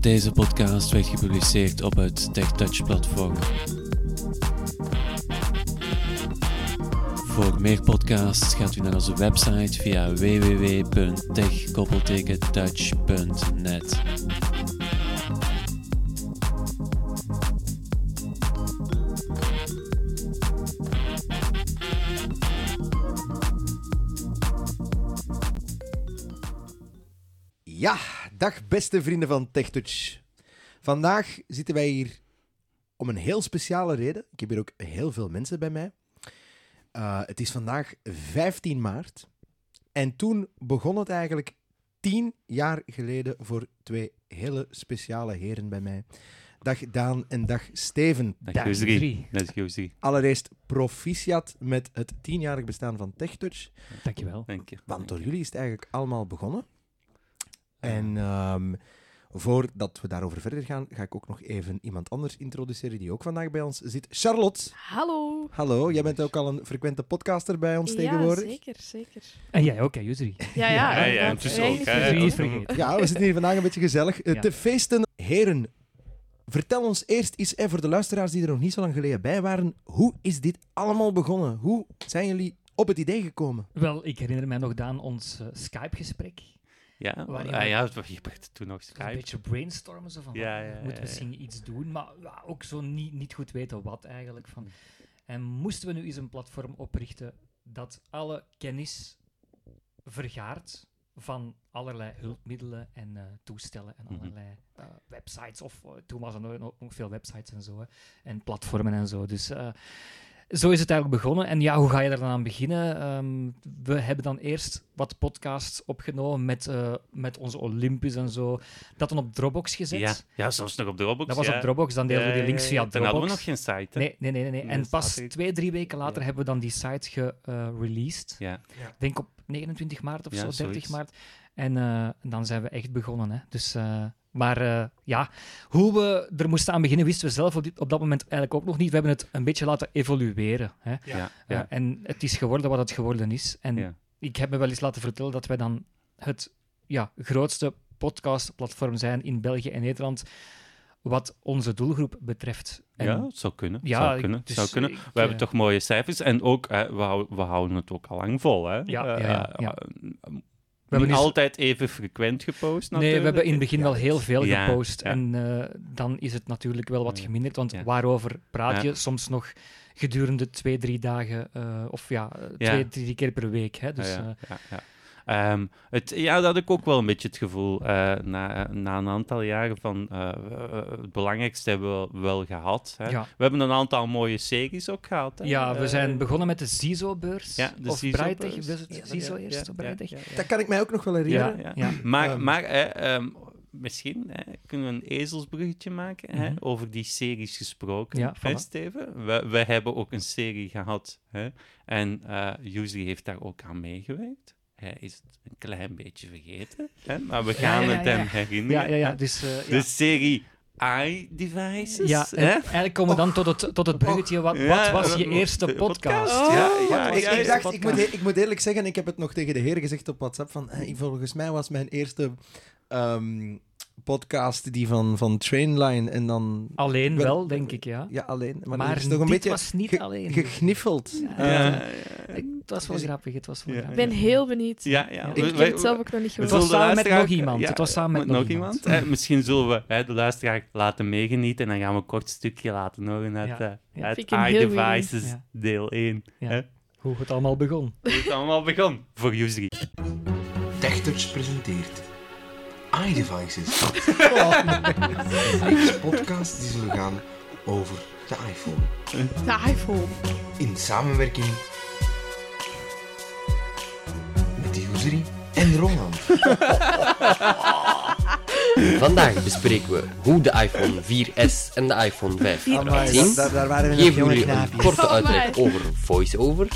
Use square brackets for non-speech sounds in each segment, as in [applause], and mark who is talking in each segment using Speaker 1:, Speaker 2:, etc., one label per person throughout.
Speaker 1: Deze podcast werd gepubliceerd op het TechTouch-platform. Voor meer podcasts gaat u naar onze website via www.tech-touch.net.
Speaker 2: Ja, dag beste vrienden van TechTouch. Vandaag zitten wij hier om een heel speciale reden. Ik heb hier ook heel veel mensen bij mij. Eh, het is vandaag 15 maart. En toen begon het eigenlijk 10 jaar geleden voor twee hele speciale heren bij mij. Dag Daan en dag Steven.
Speaker 1: Dag
Speaker 2: Daan.
Speaker 1: Joost
Speaker 3: drie.
Speaker 1: 3. Dat is Joost 3.
Speaker 2: Allereerst proficiat met het 10-jarig bestaan van TechTouch.
Speaker 3: Dankjewel.
Speaker 1: Dank je.
Speaker 2: Want door jullie is het eigenlijk allemaal begonnen. En ehm, voordat we daarover verder gaan, ga ik ook nog even iemand anders introduceren die ook vandaag bij ons zit. Charlotte,
Speaker 4: Hallo.
Speaker 2: hallo. Jij bent ook al een frequente podcaster bij ons tegenwoordig.
Speaker 4: Ja, zeker, zeker.
Speaker 3: En jij ook, hè, Yusri?
Speaker 4: Ja, ja.
Speaker 3: Ja, ja,
Speaker 4: inderdaad.
Speaker 3: intussen
Speaker 4: Wij
Speaker 3: ook,
Speaker 4: niet
Speaker 3: hè.
Speaker 4: vergeten.
Speaker 3: Niet vergeten.
Speaker 2: Ja, we zitten hier vandaag een beetje gezellig. Eh,
Speaker 3: Ja.
Speaker 2: Te feesten. Heren, vertel ons eerst iets, en voor de luisteraars die er nog niet zo lang geleden bij waren, hoe is dit allemaal begonnen? Hoe zijn jullie op het idee gekomen?
Speaker 3: Wel, ik herinner mij nog aan ons eh, Skype-gesprek.
Speaker 1: Ja,
Speaker 3: Waar je-
Speaker 1: ah, ja, je hebt toen nog
Speaker 3: Een
Speaker 1: Skype.
Speaker 3: beetje brainstormen, zo van,
Speaker 1: Ja,
Speaker 3: wat,
Speaker 1: ja,
Speaker 3: eh,
Speaker 1: ja,
Speaker 3: moeten we
Speaker 1: ja.
Speaker 3: misschien iets doen, maar ja, ook zo niet, niet goed weten wat eigenlijk. Van. En moesten we nu eens een platform oprichten dat alle kennis vergaart van allerlei hulpmiddelen en eh, toestellen en
Speaker 1: Mhm.
Speaker 3: allerlei eh, websites, of eh, toen was er nog, nog- nog veel websites en zo, hè, en platformen en zo. Dus... eh, zo is het eigenlijk begonnen. En ja, hoe ga je daar dan aan beginnen? Ehm, we hebben dan eerst wat podcasts opgenomen met, eh, met onze Olympus en zo. Dat dan op Dropbox gezet.
Speaker 1: Ja, ja, zelfs nog op Dropbox.
Speaker 3: Dat was
Speaker 1: ja.
Speaker 3: op Dropbox, dan deelden we die
Speaker 1: Ja,
Speaker 3: links
Speaker 1: ja,
Speaker 3: via
Speaker 1: ja.
Speaker 3: Dropbox.
Speaker 1: Dan hadden we nog geen site, hè?
Speaker 3: Nee, nee, nee. nee, nee.
Speaker 1: Nee,
Speaker 3: En
Speaker 1: dat
Speaker 3: pas
Speaker 1: staat hier.
Speaker 3: twee, drie weken later
Speaker 1: Ja.
Speaker 3: hebben we dan die site gereleased.
Speaker 1: Ja.
Speaker 3: Ik denk op 29 maart of
Speaker 1: Ja,
Speaker 3: zo, 30
Speaker 1: zoiets.
Speaker 3: maart. En eh, dan zijn we echt begonnen. Hè. Dus, eh, maar eh, ja, hoe we er moesten aan beginnen, wisten we zelf op, dit, op dat moment eigenlijk ook nog niet. We hebben het een beetje laten evolueren. Hè.
Speaker 1: Ja. Ja.
Speaker 3: Eh, en het is geworden wat het geworden is. En
Speaker 1: Ja.
Speaker 3: ik heb me wel eens laten vertellen dat wij dan het ja, grootste podcastplatform zijn in België en Nederland. Wat onze doelgroep betreft. En
Speaker 1: Ja, het zou kunnen.
Speaker 3: ja,
Speaker 1: zou
Speaker 3: ik-
Speaker 1: kunnen,
Speaker 3: dus
Speaker 1: zou kunnen.
Speaker 3: ik,
Speaker 1: We
Speaker 3: eh,
Speaker 1: hebben toch mooie cijfers en ook, eh, we, hou- we houden het ook al lang vol. Hè?
Speaker 3: Ja,
Speaker 1: Eh,
Speaker 3: ja, ja,
Speaker 1: eh,
Speaker 3: ja.
Speaker 1: eh,
Speaker 3: hebben
Speaker 1: niet
Speaker 3: dus-
Speaker 1: altijd even frequent gepost.
Speaker 3: Nee, we hebben in het begin wel heel veel
Speaker 1: Ja,
Speaker 3: gepost.
Speaker 1: ja.
Speaker 3: En eh, dan is het natuurlijk wel wat
Speaker 1: Ja.
Speaker 3: geminderd. Want
Speaker 1: Ja.
Speaker 3: waarover praat
Speaker 1: Ja.
Speaker 3: je? Soms nog gedurende twee, drie dagen. eh, of ja, eh,
Speaker 1: Ja.
Speaker 3: twee, drie keer per week. Hè? Dus,
Speaker 1: ja,
Speaker 3: eh,
Speaker 1: ja, ja. Ehm, het, ja, dat had ik ook wel een beetje het gevoel eh, na, na een aantal jaren van eh, eh, het belangrijkste hebben we wel gehad. Hè?
Speaker 3: ja.
Speaker 1: We hebben een aantal mooie series ook gehad. Hè?
Speaker 3: ja, we
Speaker 1: Eh,
Speaker 3: zijn begonnen met de CISO-beurs.
Speaker 1: ja, de
Speaker 3: of
Speaker 1: CISO
Speaker 3: Breitech.
Speaker 1: beurs.
Speaker 3: Was het
Speaker 1: Ja,
Speaker 3: CISO
Speaker 1: ja,
Speaker 3: eerst?
Speaker 1: ja,
Speaker 3: of Breitech?
Speaker 1: ja, ja.
Speaker 2: Dat kan ik mij ook nog wel herinneren.
Speaker 3: Ja, ja.
Speaker 1: Maar,
Speaker 2: Ehm.
Speaker 1: maar hè, ehm, misschien hè, kunnen we een ezelsbruggetje maken. Hè,
Speaker 3: Mhm.
Speaker 1: Over die series gesproken.
Speaker 3: Ja,
Speaker 1: hè,
Speaker 3: voilà.
Speaker 1: Steven? We, we hebben ook een serie gehad. Hè, en eh Yusri heeft daar ook aan meegewerkt. Hij is het een klein beetje vergeten. Hè, maar we
Speaker 3: Ja,
Speaker 1: gaan
Speaker 3: ja, ja,
Speaker 1: het hem
Speaker 3: ja.
Speaker 1: herinneren.
Speaker 3: Ja, ja, ja.
Speaker 1: hè.
Speaker 3: Dus, eh, ja.
Speaker 1: De serie i-devices.
Speaker 3: Ja, en
Speaker 1: hè?
Speaker 3: eigenlijk komen we dan tot het, tot het bruggetje. Wat, wat
Speaker 1: Ja,
Speaker 3: was je
Speaker 1: wa-
Speaker 3: eerste
Speaker 1: de
Speaker 3: podcast?
Speaker 1: Ja,
Speaker 4: Oh,
Speaker 1: ja,
Speaker 2: ik,
Speaker 1: ja,
Speaker 2: ik
Speaker 1: ja,
Speaker 2: dacht,
Speaker 1: ja.
Speaker 2: ik moet, e- ik moet eerlijk zeggen, ik heb het nog tegen de heren gezegd op WhatsApp. Van, eh, ik- volgens mij was mijn eerste ehm, podcast die van, van Trainline en dan.
Speaker 3: Alleen
Speaker 2: Wel-
Speaker 3: wel, denk ik, ja.
Speaker 2: Ja, alleen. Maar,
Speaker 3: Maar,
Speaker 2: het is toch een
Speaker 3: dit
Speaker 2: beetje
Speaker 3: was niet
Speaker 2: ge-
Speaker 3: alleen.
Speaker 2: gegniffeld.
Speaker 3: Ja.
Speaker 2: Eh,
Speaker 1: Ja,
Speaker 3: Ik- het was wel
Speaker 2: Dus ik-
Speaker 3: grappig, het was wel
Speaker 1: Ja.
Speaker 4: Ik
Speaker 3: grappig.
Speaker 4: ben heel benieuwd.
Speaker 1: ja, ja.
Speaker 3: Ik
Speaker 1: We-
Speaker 4: Ik heb
Speaker 1: we-
Speaker 4: het zelf ook nog niet
Speaker 1: we
Speaker 3: Het was
Speaker 4: gehoord.
Speaker 1: zullen de
Speaker 3: samen met
Speaker 1: luisteraar-
Speaker 3: nog iemand.
Speaker 1: ja,
Speaker 3: Het was samen met nog, iemand.
Speaker 1: Eh, misschien zullen we hè, de luisteraar laten meegenieten en dan gaan we een kort stukje laten horen uit,
Speaker 3: Ja.
Speaker 1: eh,
Speaker 3: Ja.
Speaker 1: uit
Speaker 4: Vind ik een heel goeie
Speaker 1: iDevices
Speaker 3: Ja.
Speaker 1: deel 1.
Speaker 3: Hoe het allemaal begon.
Speaker 1: Hoe het allemaal begon voor Yusri.
Speaker 5: TechTouch presenteert iDevices. Reeks podcasts die zullen gaan over de iPhone.
Speaker 4: De iPhone.
Speaker 5: In samenwerking met Usery en Roland.
Speaker 6: Vandaag bespreken we hoe de iPhone 4S en de iPhone 5
Speaker 2: amai,
Speaker 6: eruit
Speaker 2: daar,
Speaker 6: zien.
Speaker 2: daar- daar waren we nog
Speaker 6: Geven
Speaker 2: jonge
Speaker 6: we jullie een
Speaker 2: knaapjes.
Speaker 6: korte
Speaker 4: Oh my.
Speaker 6: uitleg over VoiceOver.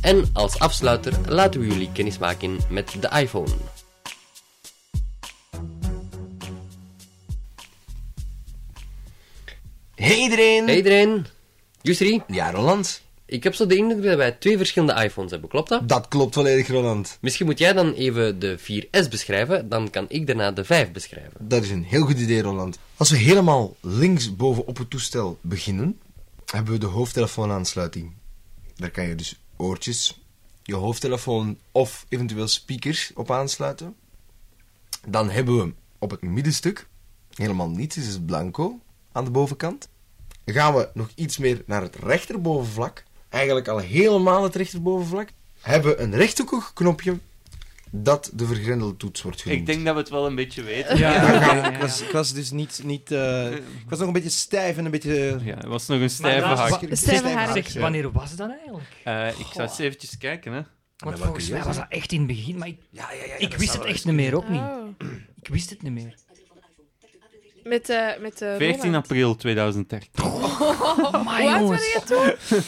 Speaker 6: En als afsluiter laten we jullie kennis maken met de iPhone.
Speaker 5: Hey iedereen!
Speaker 6: Hey iedereen, Yusri,
Speaker 5: Ja, Roland.
Speaker 6: Ik heb zo de indruk dat wij twee verschillende iPhones hebben, klopt dat?
Speaker 5: Dat klopt volledig, Roland.
Speaker 6: Misschien moet jij dan even de 4S beschrijven, dan kan ik daarna de 5 beschrijven.
Speaker 5: Dat is een heel goed idee, Roland. Als we helemaal linksboven op het toestel beginnen, hebben we de hoofdtelefoonaansluiting. Daar kan je dus oortjes, je hoofdtelefoon of eventueel speakers op aansluiten. Dan hebben we op het middenstuk, helemaal niets, is het blanco aan de bovenkant. Dan gaan we nog iets meer naar het rechterbovenvlak. Eigenlijk al helemaal het rechterbovenvlak. Hebben we een rechthoekig knopje dat de vergrendelde toets wordt genoemd.
Speaker 1: Ik denk dat we het wel een beetje weten.
Speaker 3: Ja,
Speaker 2: Ik, was, ik was dus niet... niet eh, ik was nog een beetje stijf en een beetje... eh,
Speaker 1: [laughs] Ja, het was nog een stijve
Speaker 3: Maar dat-
Speaker 1: hak.
Speaker 3: wa-
Speaker 2: Stijve
Speaker 4: Stijve
Speaker 2: hak,
Speaker 4: haak.
Speaker 3: Zeg,
Speaker 2: ja.
Speaker 3: wanneer was dat eigenlijk?
Speaker 1: Eh, ik zal eens eventjes kijken, hè.
Speaker 3: Want
Speaker 5: welke
Speaker 3: volgens mij
Speaker 5: jaar
Speaker 3: was
Speaker 5: dan?
Speaker 3: dat echt in het begin, maar ik,
Speaker 5: Ja, ja, ja,
Speaker 3: ik
Speaker 5: dat
Speaker 3: wist
Speaker 5: zou
Speaker 3: het
Speaker 5: wel
Speaker 3: echt niet meer, ook niet.
Speaker 4: Oh.
Speaker 3: Ik wist het niet meer.
Speaker 4: Met, eh met eh
Speaker 1: 14
Speaker 4: Roland.
Speaker 1: april 2013.
Speaker 3: Maar
Speaker 4: Hoe
Speaker 3: jongens.
Speaker 4: oud waren je toen?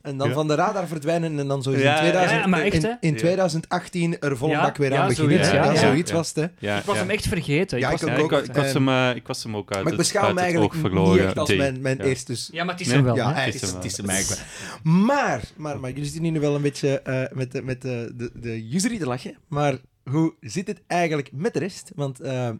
Speaker 2: En dan
Speaker 1: Ja.
Speaker 2: van de radar verdwijnen en dan zo eens in,
Speaker 1: Ja,
Speaker 2: 2000,
Speaker 3: ja, maar echt, hè?
Speaker 2: in, in
Speaker 1: Ja.
Speaker 2: 2018 er volle
Speaker 3: Ja,
Speaker 2: bak weer
Speaker 3: ja,
Speaker 2: aan beginnen.
Speaker 1: zoiets,
Speaker 2: Zoiets,
Speaker 1: ja, ja.
Speaker 2: zoiets
Speaker 1: Ja.
Speaker 2: was het, hè.
Speaker 1: Ja,
Speaker 3: Ik was
Speaker 1: ja.
Speaker 3: hem echt vergeten.
Speaker 2: Ja,
Speaker 3: ik was
Speaker 2: ik
Speaker 1: Ja,
Speaker 3: hem
Speaker 1: ik,
Speaker 2: ook.
Speaker 1: wa-
Speaker 3: echt-
Speaker 1: ik was hem, eh, ik was hem ook uit
Speaker 2: Maar ik
Speaker 1: het,
Speaker 2: beschouw
Speaker 1: uit
Speaker 2: hem
Speaker 1: het
Speaker 2: eigenlijk
Speaker 1: oog verloren.
Speaker 2: niet echt als
Speaker 1: Die.
Speaker 2: mijn, mijn
Speaker 1: Ja.
Speaker 2: eerste... s-
Speaker 3: Ja, maar het is
Speaker 1: Nee.
Speaker 3: hem wel.
Speaker 2: Ja,
Speaker 3: hè.
Speaker 2: hij
Speaker 1: is
Speaker 2: is,
Speaker 1: hem
Speaker 2: het
Speaker 1: wel.
Speaker 2: is hem eigenlijk wel. Maar, maar, maar, jullie zitten nu wel een beetje eh, met, de- met de, de, de userie te lachen. Maar hoe zit het eigenlijk met de rest? Want eh,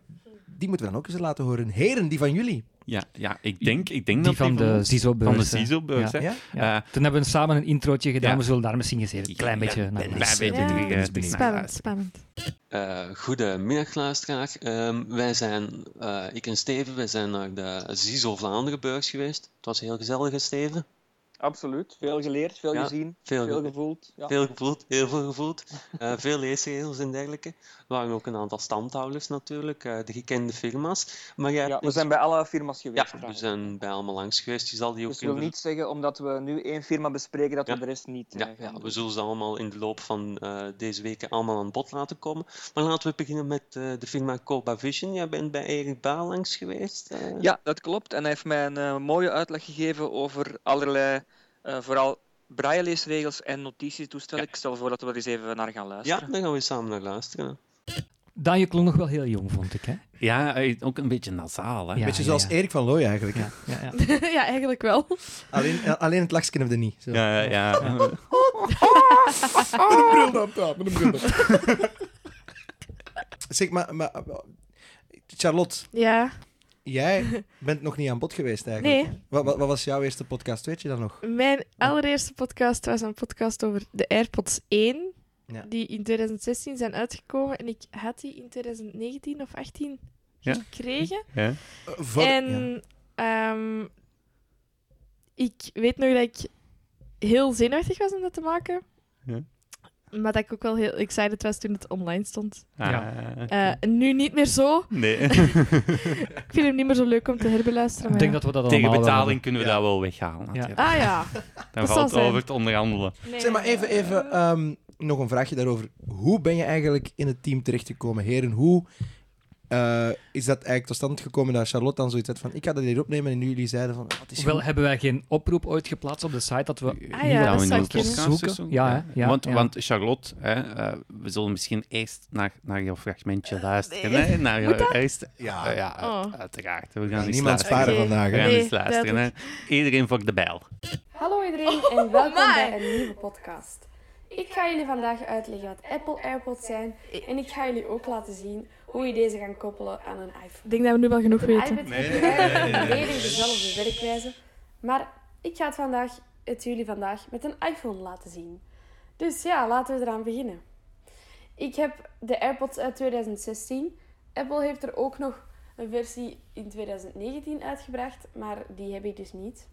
Speaker 2: die moeten we dan ook eens laten horen. Heren, die van jullie.
Speaker 3: Ah,
Speaker 1: Ja, ja, ik denk, ik denk
Speaker 3: Die
Speaker 1: dat
Speaker 3: van de
Speaker 1: ons-
Speaker 3: CISO-beurs.
Speaker 1: van de
Speaker 3: hè.
Speaker 1: CISO-beurs,
Speaker 3: Ja.
Speaker 1: hè.
Speaker 2: Ja?
Speaker 3: Ja.
Speaker 1: Eh,
Speaker 3: Toen hebben we samen een introotje gedaan.
Speaker 1: Ja.
Speaker 3: We zullen daar misschien eens even een klein
Speaker 1: Ja,
Speaker 3: beetje naar
Speaker 1: ben-
Speaker 3: luisteren.
Speaker 1: ben- ben- ben- ben- ben-
Speaker 4: Spannend, spannend.
Speaker 7: Eh, goedemiddag, luisteraar. Ehm, wij zijn, eh, ik en Steven, wij zijn naar de Ziesel Vlaanderenbeurs geweest. Het was heel gezellig, hè, Steven.
Speaker 8: Absoluut. Veel geleerd, veel
Speaker 7: Ja,
Speaker 8: gezien,
Speaker 7: Veel,
Speaker 8: veel gevoeld. Ja.
Speaker 7: veel gevoeld, heel veel gevoeld. [laughs] Eh, veel leesregels en dergelijke. Er waren ook een aantal standhouders natuurlijk, eh, de gekende firma's. Maar jij
Speaker 8: Ja,
Speaker 7: hebt
Speaker 8: we
Speaker 7: ons-
Speaker 8: zijn bij alle firma's geweest.
Speaker 7: ja, we
Speaker 8: trouwens.
Speaker 7: zijn bij allemaal langs geweest. Je zal die ook
Speaker 8: Dus dat wil
Speaker 7: in de-
Speaker 8: niet zeggen, omdat we nu één firma bespreken, dat
Speaker 7: Ja.
Speaker 8: we de rest niet eh,
Speaker 7: Ja,
Speaker 8: gaan
Speaker 7: ja, we
Speaker 8: doen.
Speaker 7: zullen ze allemaal in de loop van eh, deze weken allemaal aan bod laten komen. Maar laten we beginnen met eh, de firma Copa Vision. Jij bent bij Erik Baal langs geweest. eh.
Speaker 8: Ja, dat klopt. En hij heeft mij een eh, mooie uitleg gegeven over allerlei, eh, vooral braille-leesregels en notitietoestellen. Ik stel voor dat we er eens even naar gaan
Speaker 7: ja,
Speaker 8: luisteren.
Speaker 7: daar gaan we samen naar luisteren.
Speaker 3: Daan, je klonk nog wel heel jong, vond ik. Hè?
Speaker 1: ja, eh, ook een beetje nasaal, hè.
Speaker 3: Ja,
Speaker 2: beetje
Speaker 3: ja,
Speaker 2: zoals
Speaker 3: ja.
Speaker 2: Erik van Looy eigenlijk.
Speaker 3: Ja, ja, ja.
Speaker 4: [laughs] ja, eigenlijk wel.
Speaker 2: Alleen, alleen het lachsken hebben we niet.
Speaker 3: [laughs]
Speaker 2: Zo.
Speaker 1: Ja, ja,
Speaker 2: [laughs]
Speaker 1: ja.
Speaker 2: Met een
Speaker 3: [laughs]
Speaker 2: bril dan, ja, met een bril dan. zeg, maar, maar... Charlotte,
Speaker 4: Ja,
Speaker 2: jij bent nog niet aan bod geweest eigenlijk.
Speaker 4: nee.
Speaker 2: Wat, wat, wat was jouw eerste podcast? Weet je dat nog?
Speaker 4: Mijn allereerste podcast was een podcast over de AirPods 1.
Speaker 2: Ja.
Speaker 4: Die in 2016 zijn uitgekomen. En ik had die in 2019 of 18
Speaker 1: Ja.
Speaker 4: gekregen.
Speaker 1: ja.
Speaker 2: Eh, voor- ja.
Speaker 4: En ehm, ik weet nog dat ik heel zenuwachtig was om dat te maken.
Speaker 1: Ja.
Speaker 4: Maar dat ik ook wel heel excited was toen het online stond.
Speaker 1: Ah,
Speaker 4: Eh, nu niet meer zo.
Speaker 1: [laughs] nee.
Speaker 4: Ik vind hem niet meer zo leuk om te herbeluisteren.
Speaker 3: Ik
Speaker 4: maar
Speaker 3: denk
Speaker 4: ja.
Speaker 3: dat we dat allemaal
Speaker 1: Tegen
Speaker 3: wel
Speaker 1: betaling kunnen we
Speaker 2: Ja.
Speaker 1: dat wel weghalen.
Speaker 3: Ja.
Speaker 1: natuurlijk.
Speaker 4: Ah ja.
Speaker 1: [laughs] Dan
Speaker 4: dat
Speaker 1: valt
Speaker 4: zal
Speaker 1: het over
Speaker 4: zijn.
Speaker 1: te onderhandelen.
Speaker 4: Nee.
Speaker 2: Zeg maar even, even ehm, nog een vraagje daarover. Hoe ben je eigenlijk in het team terechtgekomen, heren? Hoe eh, is dat eigenlijk tot stand gekomen dat Charlotte dan zoiets had van ik ga dat hier opnemen en jullie zeiden van wat is
Speaker 3: Wel
Speaker 2: goed.
Speaker 3: hebben wij geen oproep ooit geplaatst op de site dat we...
Speaker 4: Ah ja, dat
Speaker 1: we
Speaker 4: zou
Speaker 1: in
Speaker 4: kunnen.
Speaker 1: de podcast
Speaker 3: Zoeken.
Speaker 1: zoeken.
Speaker 3: Ja, hè? Ja,
Speaker 1: want,
Speaker 3: ja.
Speaker 1: want Charlotte, hè, eh, we zullen misschien eerst naar, naar jouw fragmentje luisteren.
Speaker 4: Eh, nee.
Speaker 1: Hè? Naar jouw
Speaker 4: Moet dat?
Speaker 1: eerste- Ja, ja uit-
Speaker 4: Oh.
Speaker 1: uiteraard. We gaan
Speaker 2: Ja,
Speaker 1: eens
Speaker 2: niemand
Speaker 1: luisteren.
Speaker 2: sparen
Speaker 4: Oké.
Speaker 2: vandaag.
Speaker 1: We
Speaker 2: Hè?
Speaker 1: gaan
Speaker 4: Nee,
Speaker 1: eens luisteren. Hè?
Speaker 4: duidelijk.
Speaker 1: Iedereen voor de bijl.
Speaker 9: Hallo iedereen en welkom
Speaker 4: amai.
Speaker 9: bij een nieuwe podcast. Ik ga jullie vandaag uitleggen wat Apple AirPods zijn en ik ga jullie ook laten zien hoe je deze gaan koppelen aan een iPhone.
Speaker 4: Ik denk dat we nu wel genoeg
Speaker 9: Een
Speaker 4: weten.
Speaker 9: iPad heeft eigenlijk volledig dezelfde werkwijze, maar ik ga het, vandaag, het jullie vandaag met een iPhone laten zien. Dus ja, laten we eraan beginnen. Ik heb de AirPods uit 2016. Apple heeft er ook nog een versie in 2019 uitgebracht, maar die heb ik dus niet.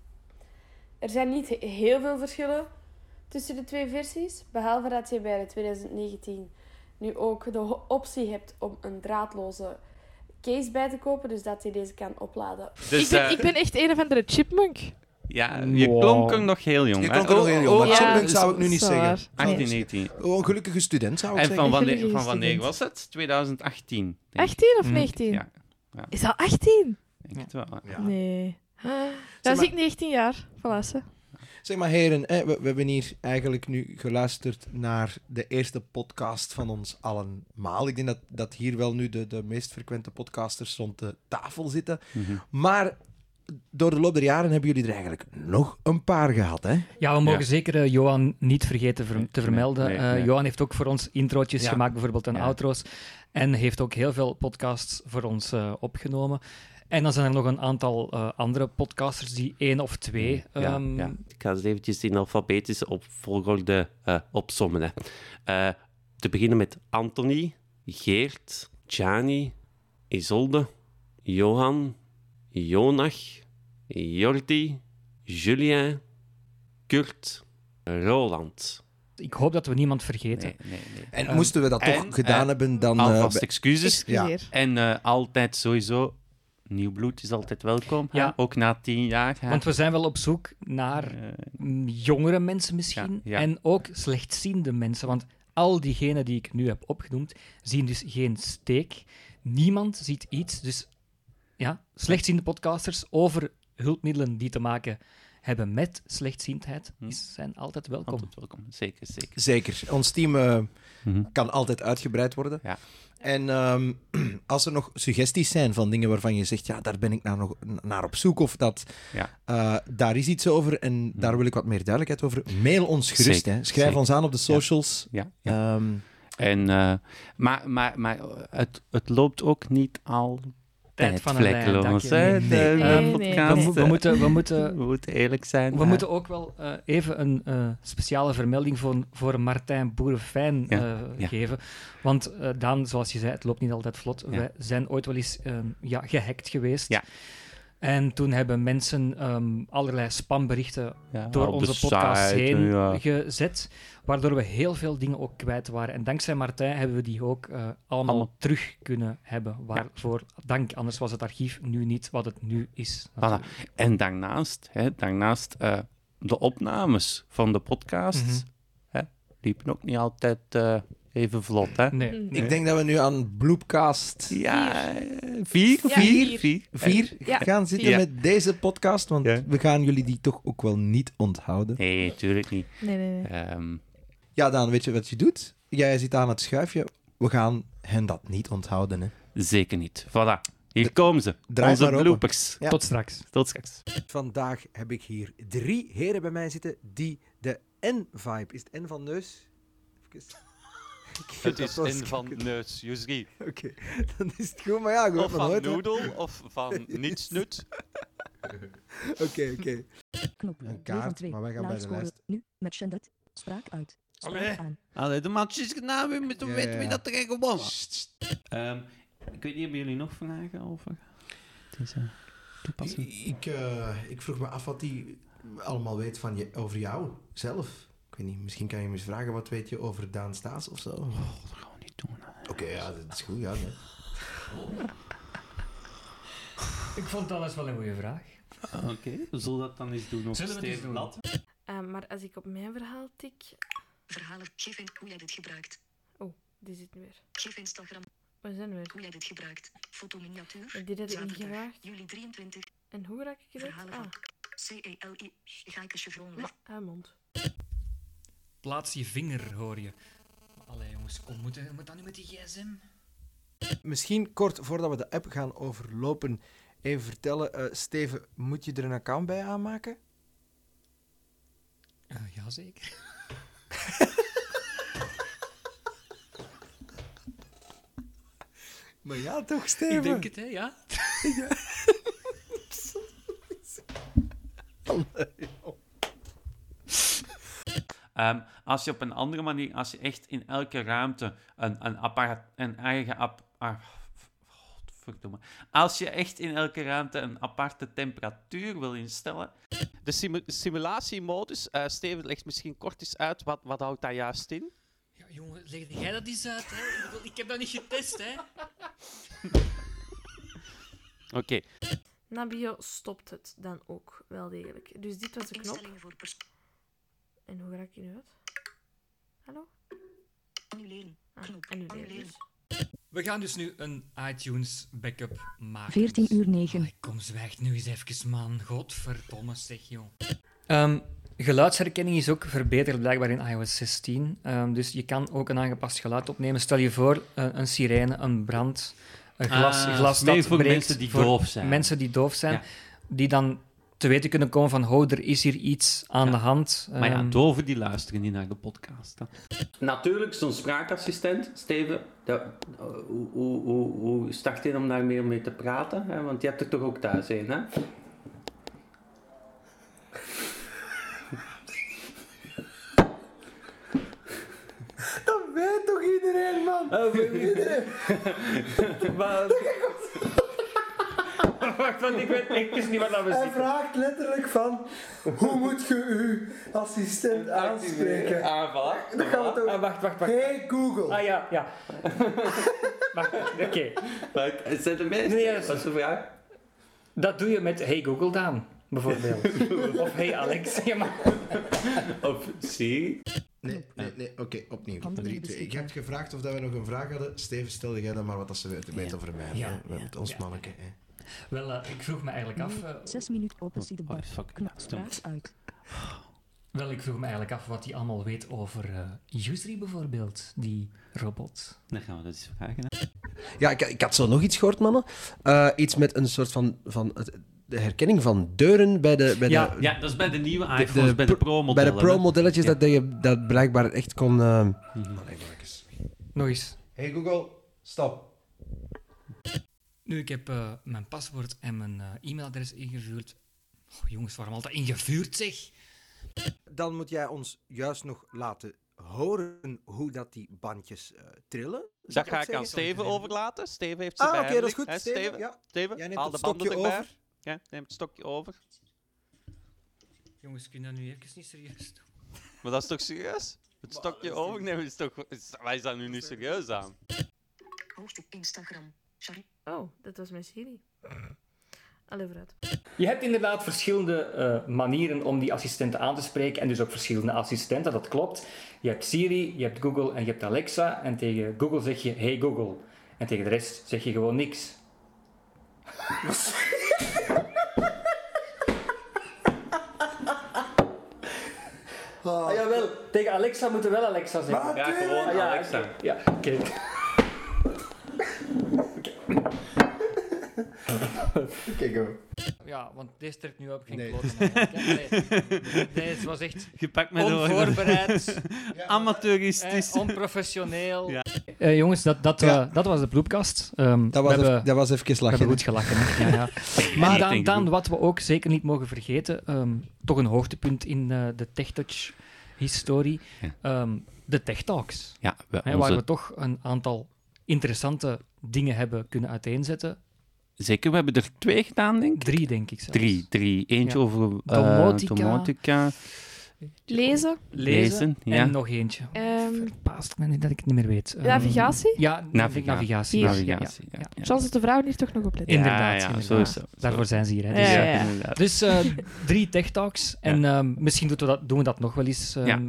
Speaker 9: Er zijn niet he- heel veel verschillen tussen de twee versies, behalve dat je bij de 2019 nu ook de ho- optie hebt om een draadloze case bij te kopen, dus dat je deze kan opladen.
Speaker 1: Dus,
Speaker 4: ik, ben,
Speaker 1: eh,
Speaker 4: ik ben echt een of andere chipmunk.
Speaker 1: ja, je
Speaker 3: Wow.
Speaker 1: klonk er nog heel jong.
Speaker 2: Je
Speaker 1: hè?
Speaker 2: klonk er nog
Speaker 1: Oh,
Speaker 2: heel
Speaker 1: oh,
Speaker 2: jong, maar
Speaker 1: oh,
Speaker 4: ja.
Speaker 2: Charlotte zou ik nu niet
Speaker 4: Zo
Speaker 2: zeggen.
Speaker 4: waar.
Speaker 1: 18, 19.
Speaker 2: Oh, een gelukkige student zou ik
Speaker 1: En
Speaker 2: zeggen.
Speaker 1: van wanneer,
Speaker 4: Gelukkig is
Speaker 1: van wanneer
Speaker 4: het.
Speaker 1: was het? 2018. denk ik.
Speaker 4: 18 of
Speaker 3: Mm,
Speaker 4: 19?
Speaker 1: ja. Ja.
Speaker 4: Is dat 18?
Speaker 1: Denk het wel. hè.
Speaker 2: Ja.
Speaker 4: Nee. Ah,
Speaker 2: Zeg
Speaker 4: Dan
Speaker 2: maar-
Speaker 4: zie ik 19 jaar. Voilà, ze.
Speaker 2: Zeg maar, heren, hè, we, we hebben hier eigenlijk nu geluisterd naar de eerste podcast van ons allemaal. Ik denk dat, dat hier wel nu de, de meest frequente podcasters rond de tafel zitten.
Speaker 1: Mhm.
Speaker 2: Maar door de loop der jaren hebben jullie er eigenlijk nog een paar gehad, hè?
Speaker 3: Ja, we mogen
Speaker 1: Ja.
Speaker 3: zeker eh, Johan niet vergeten ver-
Speaker 1: Nee,
Speaker 3: te vermelden.
Speaker 1: nee,
Speaker 3: Eh,
Speaker 1: nee.
Speaker 3: Johan heeft ook voor ons introotjes
Speaker 2: Ja.
Speaker 3: gemaakt, bijvoorbeeld en
Speaker 1: Ja.
Speaker 3: outro's. En heeft ook heel veel podcasts voor ons eh, opgenomen. En dan zijn er nog een aantal eh, andere podcasters die één of twee.
Speaker 6: Ja,
Speaker 3: ehm,
Speaker 6: ja. Ik ga eens eventjes in alfabetische op volgorde eh, opsommen. Hè. Eh, te beginnen met Anthony, Geert, Gianni, Isolde, Johan, Jonach, Jordi, Julien, Kurt, Roland.
Speaker 3: Ik hoop dat we niemand vergeten.
Speaker 1: Nee, nee, nee.
Speaker 2: En
Speaker 3: Ehm,
Speaker 2: moesten we dat toch
Speaker 1: en-
Speaker 2: gedaan
Speaker 1: en-
Speaker 2: hebben, dan... eh,
Speaker 1: Alvast
Speaker 2: bij-
Speaker 1: excuses.
Speaker 4: Excuseer.
Speaker 1: En eh, altijd sowieso, nieuw bloed is altijd welkom. hè?
Speaker 3: Ja.
Speaker 1: Ook na tien jaar. hè?
Speaker 3: Want we zijn wel op zoek naar
Speaker 1: Eh,
Speaker 3: mm, jongere mensen misschien.
Speaker 1: Ja, ja.
Speaker 3: En ook slechtziende mensen. Want al diegenen die ik nu heb opgenoemd, zien dus geen steek. Niemand ziet iets. Dus ja, slechtziende podcasters over hulpmiddelen die te maken hebben met slechtziendheid,
Speaker 1: Hm.
Speaker 3: is- zijn altijd welkom.
Speaker 1: altijd welkom. Zeker, zeker.
Speaker 2: Zeker. Ons team eh,
Speaker 1: Mhm.
Speaker 2: kan altijd uitgebreid worden.
Speaker 1: Ja.
Speaker 2: En ehm, [clears throat] als er nog suggesties zijn van dingen waarvan je zegt, ja, daar ben ik naar, nog, naar op zoek, of dat,
Speaker 1: Ja.
Speaker 2: eh, daar is iets over en daar wil ik wat meer duidelijkheid over, mail ons gerust.
Speaker 1: Zeker,
Speaker 2: hè. Schrijf
Speaker 1: zeker.
Speaker 2: ons aan op de socials.
Speaker 1: Ja, ja.
Speaker 2: Ehm,
Speaker 1: En, eh, maar maar, maar het, het loopt ook niet al tijd
Speaker 3: van een lijn, dank
Speaker 1: vlekkeloos.
Speaker 3: je.
Speaker 1: hè,
Speaker 2: Nee,
Speaker 1: de-
Speaker 2: nee,
Speaker 1: de
Speaker 4: nee, nee.
Speaker 1: podcast,
Speaker 3: We, mo- we
Speaker 1: eh,
Speaker 3: moeten, we
Speaker 1: [laughs]
Speaker 3: moeten
Speaker 1: we moeten eerlijk zijn.
Speaker 3: We
Speaker 1: hè.
Speaker 3: moeten ook wel eh, even een eh, speciale vermelding voor, voor Martijn Boerenfijn eh,
Speaker 1: Ja, ja.
Speaker 3: geven. Want eh, Daan, zoals je zei, het loopt niet altijd vlot.
Speaker 1: Ja.
Speaker 3: We zijn ooit wel eens ehm, ja, gehackt geweest.
Speaker 1: Ja.
Speaker 3: En toen hebben mensen ehm, allerlei spamberichten
Speaker 1: Ja,
Speaker 3: door
Speaker 1: op de
Speaker 3: onze podcast
Speaker 1: site,
Speaker 3: heen
Speaker 1: ja.
Speaker 3: gezet, waardoor we heel veel dingen ook kwijt waren. En dankzij Martijn hebben we die ook eh, allemaal
Speaker 1: Allemaal.
Speaker 3: terug kunnen hebben. Waarvoor dank, anders was het archief nu niet wat het nu is.
Speaker 1: Voilà. En daarnaast, hè, daarnaast eh, de opnames van de podcasts
Speaker 3: Mhm.
Speaker 1: hè, liepen ook niet altijd eh, even vlot. Hè?
Speaker 3: Nee.
Speaker 2: Ik denk dat we nu aan Bloopcast
Speaker 1: Ja, eh, vier,
Speaker 4: Ja,
Speaker 1: vier,
Speaker 4: vier.
Speaker 1: vier.
Speaker 2: 4
Speaker 4: Ja.
Speaker 2: gaan zitten
Speaker 1: Ja.
Speaker 2: met deze podcast, want
Speaker 1: Ja.
Speaker 2: we gaan jullie die toch ook wel niet onthouden.
Speaker 1: Nee, tuurlijk niet.
Speaker 4: Nee, nee, nee.
Speaker 1: Ehm,
Speaker 2: Ja, Daan, weet je wat je doet? Jij zit aan het schuifje. We gaan hen dat niet onthouden, hè.
Speaker 1: zeker niet. Voilà, hier komen ze.
Speaker 2: draai
Speaker 1: Onze
Speaker 2: maar open.
Speaker 1: bloopers.
Speaker 2: Ja.
Speaker 3: Tot straks.
Speaker 1: Tot straks.
Speaker 2: Vandaag heb ik hier drie heren bij mij zitten die de N-vibe... Is het N van neus? Even... Ik vind
Speaker 7: Het
Speaker 2: dat
Speaker 7: is
Speaker 2: wel
Speaker 7: in van
Speaker 2: schrik-
Speaker 7: Neus, Jusri.
Speaker 2: Oké, dan is het goed. Maar ja, goed,
Speaker 7: Of
Speaker 2: maar
Speaker 7: van
Speaker 2: nooit, hè. Oké,
Speaker 7: Noedel, of van Nietsnut.
Speaker 2: oké.
Speaker 10: Knoppen.
Speaker 2: Een kaart,
Speaker 10: Leven twee.
Speaker 2: maar wij gaan bij de
Speaker 10: Luidscode.
Speaker 2: lijst.
Speaker 10: Nu, met Shendet. Spraak uit. Spraak
Speaker 1: Allee.
Speaker 10: aan.
Speaker 1: Allee, de match is gedaan, we moeten
Speaker 2: Ja, weten ja, wie ja. dat
Speaker 1: er gewonnen. Ehm, ik weet niet, hebben jullie nog vragen over deze toepassing?
Speaker 2: Ik, eh, ik vroeg me af wat hij allemaal weet van je, over jou zelf. Ik weet niet, misschien kan je hem eens vragen wat weet je over Daan Staes of zo. Oké,
Speaker 1: Oh, Dat gaan we niet doen. hè.
Speaker 2: ja, dat is goed. Ja, nee.
Speaker 3: Ik vond dat eens wel een goede vraag.
Speaker 1: Oké, we zullen dat dan eens doen op
Speaker 3: Zullen we het eens
Speaker 1: Steven
Speaker 3: doen?
Speaker 1: Blad?
Speaker 9: Eh, maar als ik op mijn verhaal tik... Oh,
Speaker 10: Verhalen. Geef in hoe jij dit gebruikt.
Speaker 9: Die zit nu weer.
Speaker 10: Geef Instagram
Speaker 9: Waar zijn we weer?
Speaker 10: hoe jij dit gebruikt. Fotominiatuur.
Speaker 9: Maar Die had ik niet
Speaker 10: Zaterdag,
Speaker 9: gevraagd.
Speaker 10: Juli 23.
Speaker 9: En hoe raak ik eruit?
Speaker 10: Verhalen
Speaker 9: Ah,
Speaker 10: van E C-E-L-I. Gaike Chevron.
Speaker 9: maar haar mond.
Speaker 3: Plaats je vinger, hoor je. Allee jongens, kom, moet, moet dat nu met die gsm?
Speaker 2: Misschien kort voordat we de app gaan overlopen, even vertellen. eh, Steven, moet je er een account bij aanmaken?
Speaker 3: Eh, jazeker.
Speaker 2: [laughs] Maar ja, toch, Steven?
Speaker 3: Ik denk het, hè, ja.
Speaker 1: [laughs] Ehm, als je op een andere manier, als je echt in elke ruimte een, een, appara- een eigen app. ah, f- godverdomme. Als je echt in elke ruimte een aparte temperatuur wil instellen.
Speaker 11: De simu- simulatiemodus, eh, Steven legt misschien kort eens uit wat, wat houdt dat juist in.
Speaker 3: ja. Jongen, leg jij dat eens uit, hè? Ik, bedoel, ik heb dat niet getest, hè?
Speaker 11: Oké,
Speaker 9: Nabio stopt het dan ook wel degelijk. Dus dit was de knop.
Speaker 10: Instellingen voor pers-
Speaker 9: En hoe raak ik nu uit? Hallo?
Speaker 10: Annuleren.
Speaker 9: Ah,
Speaker 10: Knop.
Speaker 9: annuleren
Speaker 10: Annuleren.
Speaker 9: dus.
Speaker 3: We gaan dus nu een iTunes backup maken.
Speaker 10: 14 uur 9.
Speaker 3: Allee, kom, zwijg nu eens even, man. Godverdomme, zeg, joh. Ehm, geluidsherkenning is ook verbeterd blijkbaar in iOS 16. Ehm, dus je kan ook een aangepast geluid opnemen. Stel je voor, eh, een, een sirene, een brand, een glas,
Speaker 1: Ah,
Speaker 3: glas
Speaker 1: nee,
Speaker 3: dat
Speaker 1: voor
Speaker 3: breekt,
Speaker 1: mensen die
Speaker 3: voor
Speaker 1: doof zijn.
Speaker 3: mensen die doof zijn.
Speaker 1: Ja.
Speaker 3: die dan te weten kunnen komen van, oh, er is hier iets aan de hand.
Speaker 1: Maar ja,
Speaker 3: Ehm,
Speaker 1: doven die luisteren niet naar de podcast. hè.
Speaker 12: Natuurlijk, zo'n spraakassistent, Steven, dat, hoe, hoe, hoe, hoe start je om daar meer mee te praten? Hè? Want je hebt er toch ook thuis een, hè?
Speaker 5: [laughs] Dat weet toch iedereen, man?
Speaker 12: Oh,
Speaker 5: Dat weet iedereen. [laughs]
Speaker 12: maar... [laughs] Wacht, want ik weet echt dus niet wat dat
Speaker 5: Hij
Speaker 12: is.
Speaker 5: vraagt letterlijk van, hoe moet je uw assistent aanspreken?
Speaker 7: Ah,
Speaker 12: Aanvallen.
Speaker 5: Dan gaan we toch...
Speaker 12: Ah, wacht, wacht, wacht.
Speaker 5: Hey Google.
Speaker 12: Ah ja,
Speaker 3: [laughs]
Speaker 12: ja. Wacht, oké. Zet hem mee. Nee, dat is een vraag.
Speaker 3: Dat doe je met Hey Google Daan, bijvoorbeeld. [laughs] of Hey Alex. [laughs] Ja, maar...
Speaker 12: Of Siri.
Speaker 2: Nee, nee, nee. Oké, opnieuw.
Speaker 3: Andere
Speaker 2: Drie, twee. Ik heb gevraagd of dat we nog een vraag hadden. Steven, stelde jij dan maar wat dat ze weten weet over mij.
Speaker 3: Ja,
Speaker 2: hè? Met
Speaker 3: ja,
Speaker 2: ons
Speaker 3: ja.
Speaker 2: manneke. Hè?
Speaker 3: Wel, eh, ik vroeg me eigenlijk af... eh,
Speaker 10: Zes minuten open zie de bar. Knop spraak uit.
Speaker 3: wel, ik vroeg me eigenlijk af wat hij allemaal weet over eh Usery bijvoorbeeld, die robot.
Speaker 1: Dan gaan we dat eens vragen. hè.
Speaker 2: Ja, ik, ik had zo nog iets gehoord, mannen. Eh, iets met een soort van... van het- de herkenning van deuren bij de... Bij de,
Speaker 1: ja, dat is bij de nieuwe
Speaker 2: Eh, de-
Speaker 1: iPhones, bij
Speaker 2: pro- Bij
Speaker 1: de Pro-modellen.
Speaker 2: de pro-modelletjes, dat je dat blijkbaar echt kon... eh,
Speaker 3: Nog eens.
Speaker 2: Hey Google, stop.
Speaker 3: Nu, ik heb eh, mijn paswoord en mijn eh, e-mailadres ingevuurd. Oh, jongens, waarom altijd ingevuurd, zeg?
Speaker 2: Dan moet jij ons juist nog laten horen hoe dat die bandjes eh, trillen.
Speaker 11: Dat
Speaker 2: Zou ik
Speaker 11: ga
Speaker 2: het
Speaker 11: ik aan
Speaker 2: zeggen?
Speaker 11: Steven overlaten. Steven heeft ze
Speaker 2: Ah,
Speaker 11: bij
Speaker 2: oké,
Speaker 11: hem
Speaker 2: dat is
Speaker 11: liggen,
Speaker 2: goed.
Speaker 11: hè,
Speaker 2: Steven, ja.
Speaker 11: Steven,
Speaker 2: Jij neemt
Speaker 11: haal
Speaker 2: het
Speaker 11: de banden
Speaker 2: stokje
Speaker 11: erbij.
Speaker 2: over.
Speaker 11: Ja, neem het stokje over.
Speaker 3: Jongens, kun je dat nu even niet serieus doen?
Speaker 11: Maar dat is toch serieus? Het stokje over? Nee, is toch... is- Wij zijn nu niet serieus aan.
Speaker 10: Hoofd op Instagram. Sorry.
Speaker 9: Oh, dat was mijn Siri. Allee, vooruit.
Speaker 3: Je hebt inderdaad verschillende eh, manieren om die assistenten aan te spreken en dus ook verschillende assistenten, dat klopt. Je hebt Siri, je hebt Google en je hebt Alexa en tegen Google zeg je Hey Google en tegen de rest zeg je gewoon niks. Ah, jawel, tegen Alexa moeten wel Alexa zeggen.
Speaker 12: Ja, gewoon
Speaker 3: Ah, ja,
Speaker 12: Alexa.
Speaker 3: Ja, oké.
Speaker 5: Oké, go.
Speaker 3: Ja, want deze trekt nu op geen
Speaker 5: Nee.
Speaker 3: nee.
Speaker 1: Dit
Speaker 2: [laughs]
Speaker 3: Deze was echt
Speaker 1: Gepakt met de woorden. [laughs]
Speaker 3: onvoorbereid.
Speaker 1: Amateuristisch.
Speaker 3: Eh, onprofessioneel.
Speaker 1: Ja.
Speaker 3: Eh, jongens, dat, dat, eh, dat was de bloepkast. Ehm,
Speaker 2: Dat was,
Speaker 3: we hebben,
Speaker 2: even, dat was even
Speaker 3: we
Speaker 2: lachen.
Speaker 3: hebben goed gelachen. hè. Ja, ja.
Speaker 1: [laughs] Ja,
Speaker 3: Maar
Speaker 1: ik
Speaker 3: dan,
Speaker 1: denk
Speaker 3: dan
Speaker 1: goed.
Speaker 3: wat we ook zeker niet mogen vergeten, ehm, toch een hoogtepunt in eh, de TechTouch-historie,
Speaker 1: Ja.
Speaker 3: ehm, de Tech Talks.
Speaker 1: Ja, we-
Speaker 3: Hè,
Speaker 1: onze-
Speaker 3: Waar we toch een aantal interessante dingen hebben kunnen uiteenzetten.
Speaker 1: Zeker, we hebben er twee gedaan, denk ik.
Speaker 3: Drie, denk ik zelfs.
Speaker 1: Drie, drie. Eentje
Speaker 3: Ja.
Speaker 1: over eh,
Speaker 3: Domotica.
Speaker 1: domotica.
Speaker 4: Lezen,
Speaker 1: Lezen, ja.
Speaker 3: En nog eentje.
Speaker 4: ehm,
Speaker 3: Verbaast ik me niet dat ik het niet meer weet. Ehm,
Speaker 4: Navigatie?
Speaker 3: Ja,
Speaker 1: Naviga-
Speaker 3: navigatie.
Speaker 1: Hier.
Speaker 3: Ja, ja,
Speaker 1: Navigatie, ja, ja.
Speaker 4: chance dat de vrouwen hier toch nog op letten.
Speaker 3: Inderdaad,
Speaker 1: ja,
Speaker 3: inderdaad.
Speaker 1: zo is het. Zo.
Speaker 3: Daarvoor zijn ze hier. Hè,
Speaker 4: Ja,
Speaker 3: dus
Speaker 4: ja,
Speaker 1: ja.
Speaker 4: ja.
Speaker 1: inderdaad.
Speaker 3: dus eh,
Speaker 4: [laughs]
Speaker 3: drie tech talks. En ehm, misschien doen we, dat, doen we dat nog wel eens ehm,
Speaker 1: Ja.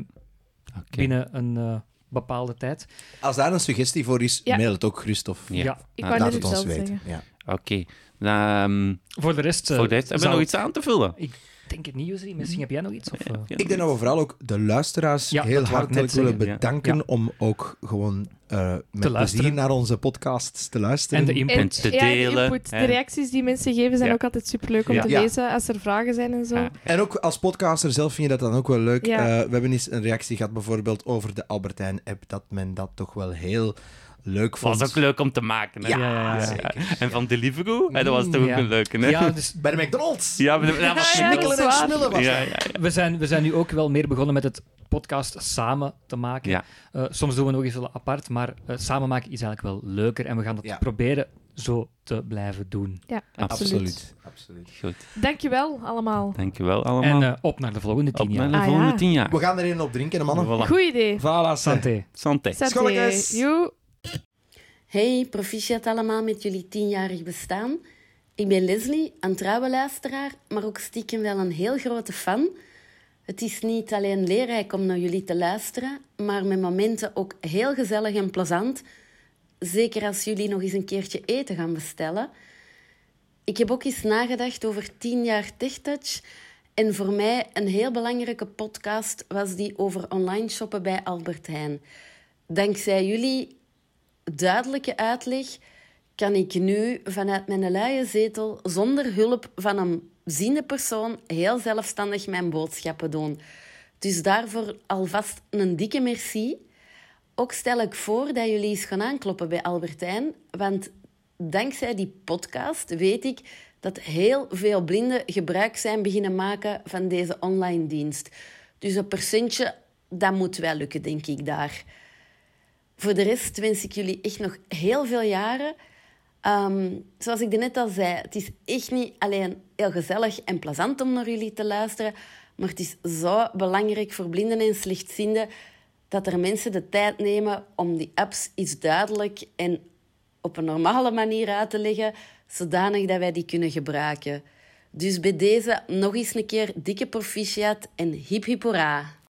Speaker 3: binnen een eh, bepaalde tijd.
Speaker 2: Als daar een suggestie voor is,
Speaker 4: Ja.
Speaker 2: mail het ook gerust of
Speaker 1: Ja.
Speaker 3: Ja.
Speaker 4: Ik
Speaker 1: Ah,
Speaker 4: wou
Speaker 2: laat
Speaker 4: net
Speaker 2: het ons
Speaker 4: hetzelfde
Speaker 2: weten.
Speaker 4: zeggen.
Speaker 2: Ja.
Speaker 1: Oké. Ehm,
Speaker 3: Voor de rest. eh,
Speaker 1: Voor de rest, hebben
Speaker 3: zou-
Speaker 1: we nog iets Hm. aan te vullen?
Speaker 3: Ik denk het niet, Jusri. Misschien heb jij nog iets? Of, eh?
Speaker 2: Ik denk dat we vooral ook de luisteraars
Speaker 3: Ja,
Speaker 2: heel
Speaker 3: dat wou ik
Speaker 2: hartelijk
Speaker 3: net
Speaker 2: willen
Speaker 3: zeggen,
Speaker 1: ja.
Speaker 2: bedanken
Speaker 3: Ja.
Speaker 2: om ook gewoon eh, met plezier
Speaker 3: luisteren.
Speaker 2: naar onze podcasts te luisteren.
Speaker 3: En de input.
Speaker 1: En te
Speaker 4: ja, de
Speaker 1: delen,
Speaker 4: input,
Speaker 1: hè.
Speaker 4: de reacties die mensen geven zijn
Speaker 1: Ja.
Speaker 4: ook altijd superleuk om
Speaker 1: Ja.
Speaker 4: te
Speaker 2: Ja.
Speaker 4: lezen. Als er vragen zijn en zo.
Speaker 1: Ja.
Speaker 2: En ook als podcaster zelf vind je dat dan ook wel leuk.
Speaker 4: Ja.
Speaker 2: Eh, we hebben eens een reactie gehad bijvoorbeeld over de Albertijn-app, dat men dat toch wel heel leuk vond.
Speaker 1: was ook leuk om te maken. Hè?
Speaker 2: Ja,
Speaker 3: ja, ja.
Speaker 1: En van Deliveroo, hè, dat was toch ook
Speaker 3: Ja.
Speaker 1: een leuke, hè?
Speaker 3: Ja, dus
Speaker 2: Bij de McDonald's!
Speaker 1: Ja, maar dat- dat was
Speaker 4: Ja, ja, dat
Speaker 1: wel-
Speaker 2: Smikkelen
Speaker 4: is
Speaker 2: en
Speaker 4: waar.
Speaker 2: smullen was
Speaker 1: Ja,
Speaker 2: dat.
Speaker 1: ja,
Speaker 3: we, zijn, we zijn nu ook wel meer begonnen met het podcast samen te maken.
Speaker 1: Ja.
Speaker 3: Eh, soms doen we nog eens wel apart, maar eh, samen maken is eigenlijk wel leuker. En we gaan dat
Speaker 2: Ja.
Speaker 3: proberen zo te blijven doen.
Speaker 4: Ja, absoluut.
Speaker 2: Absoluut. Absoluut.
Speaker 1: Goed,
Speaker 4: Dankjewel allemaal.
Speaker 1: dankjewel allemaal.
Speaker 3: En eh, op naar de volgende tien
Speaker 1: Op naar
Speaker 3: jaar.
Speaker 1: de
Speaker 4: Ah,
Speaker 1: volgende
Speaker 4: ja.
Speaker 1: tien jaar.
Speaker 2: We gaan er een op drinken, hè, mannen.
Speaker 1: Voilà.
Speaker 4: Goed idee.
Speaker 2: Voilà, Santé.
Speaker 3: Santé.
Speaker 1: Santé.
Speaker 4: Santé.
Speaker 2: Schoolletjes.
Speaker 4: Joe.
Speaker 10: Hey, proficiat allemaal met jullie tienjarig bestaan. Ik ben Leslie, een trouwe luisteraar, maar ook stiekem wel een heel grote fan. Het is niet alleen leerrijk om naar jullie te luisteren, maar met momenten ook heel gezellig en plezant. Zeker als jullie nog eens een keertje eten gaan bestellen. Ik heb ook eens nagedacht over 10 jaar TechTouch. En voor mij een heel belangrijke podcast was die over online shoppen bij Albert Heijn. Dankzij jullie duidelijke uitleg kan ik nu vanuit mijn luie zetel zonder hulp van een ziende persoon heel zelfstandig mijn boodschappen doen. Dus daarvoor alvast een dikke merci. Ook stel ik voor dat jullie eens gaan aankloppen bij Albertijn, want dankzij die podcast weet ik dat heel veel blinden gebruik zijn beginnen maken van deze online dienst. Dus een percentje, dat moet wel lukken, denk ik daar. Voor de rest wens ik jullie echt nog heel veel jaren. Ehm, zoals ik net al zei, het is echt niet alleen heel gezellig en plezant om naar jullie te luisteren, maar het is zo belangrijk voor blinden en slechtzienden dat er mensen de tijd nemen om die apps iets duidelijk en op een normale manier uit te leggen, zodanig dat wij die kunnen gebruiken. Dus bij deze nog eens een keer dikke proficiat en hip hip hoera.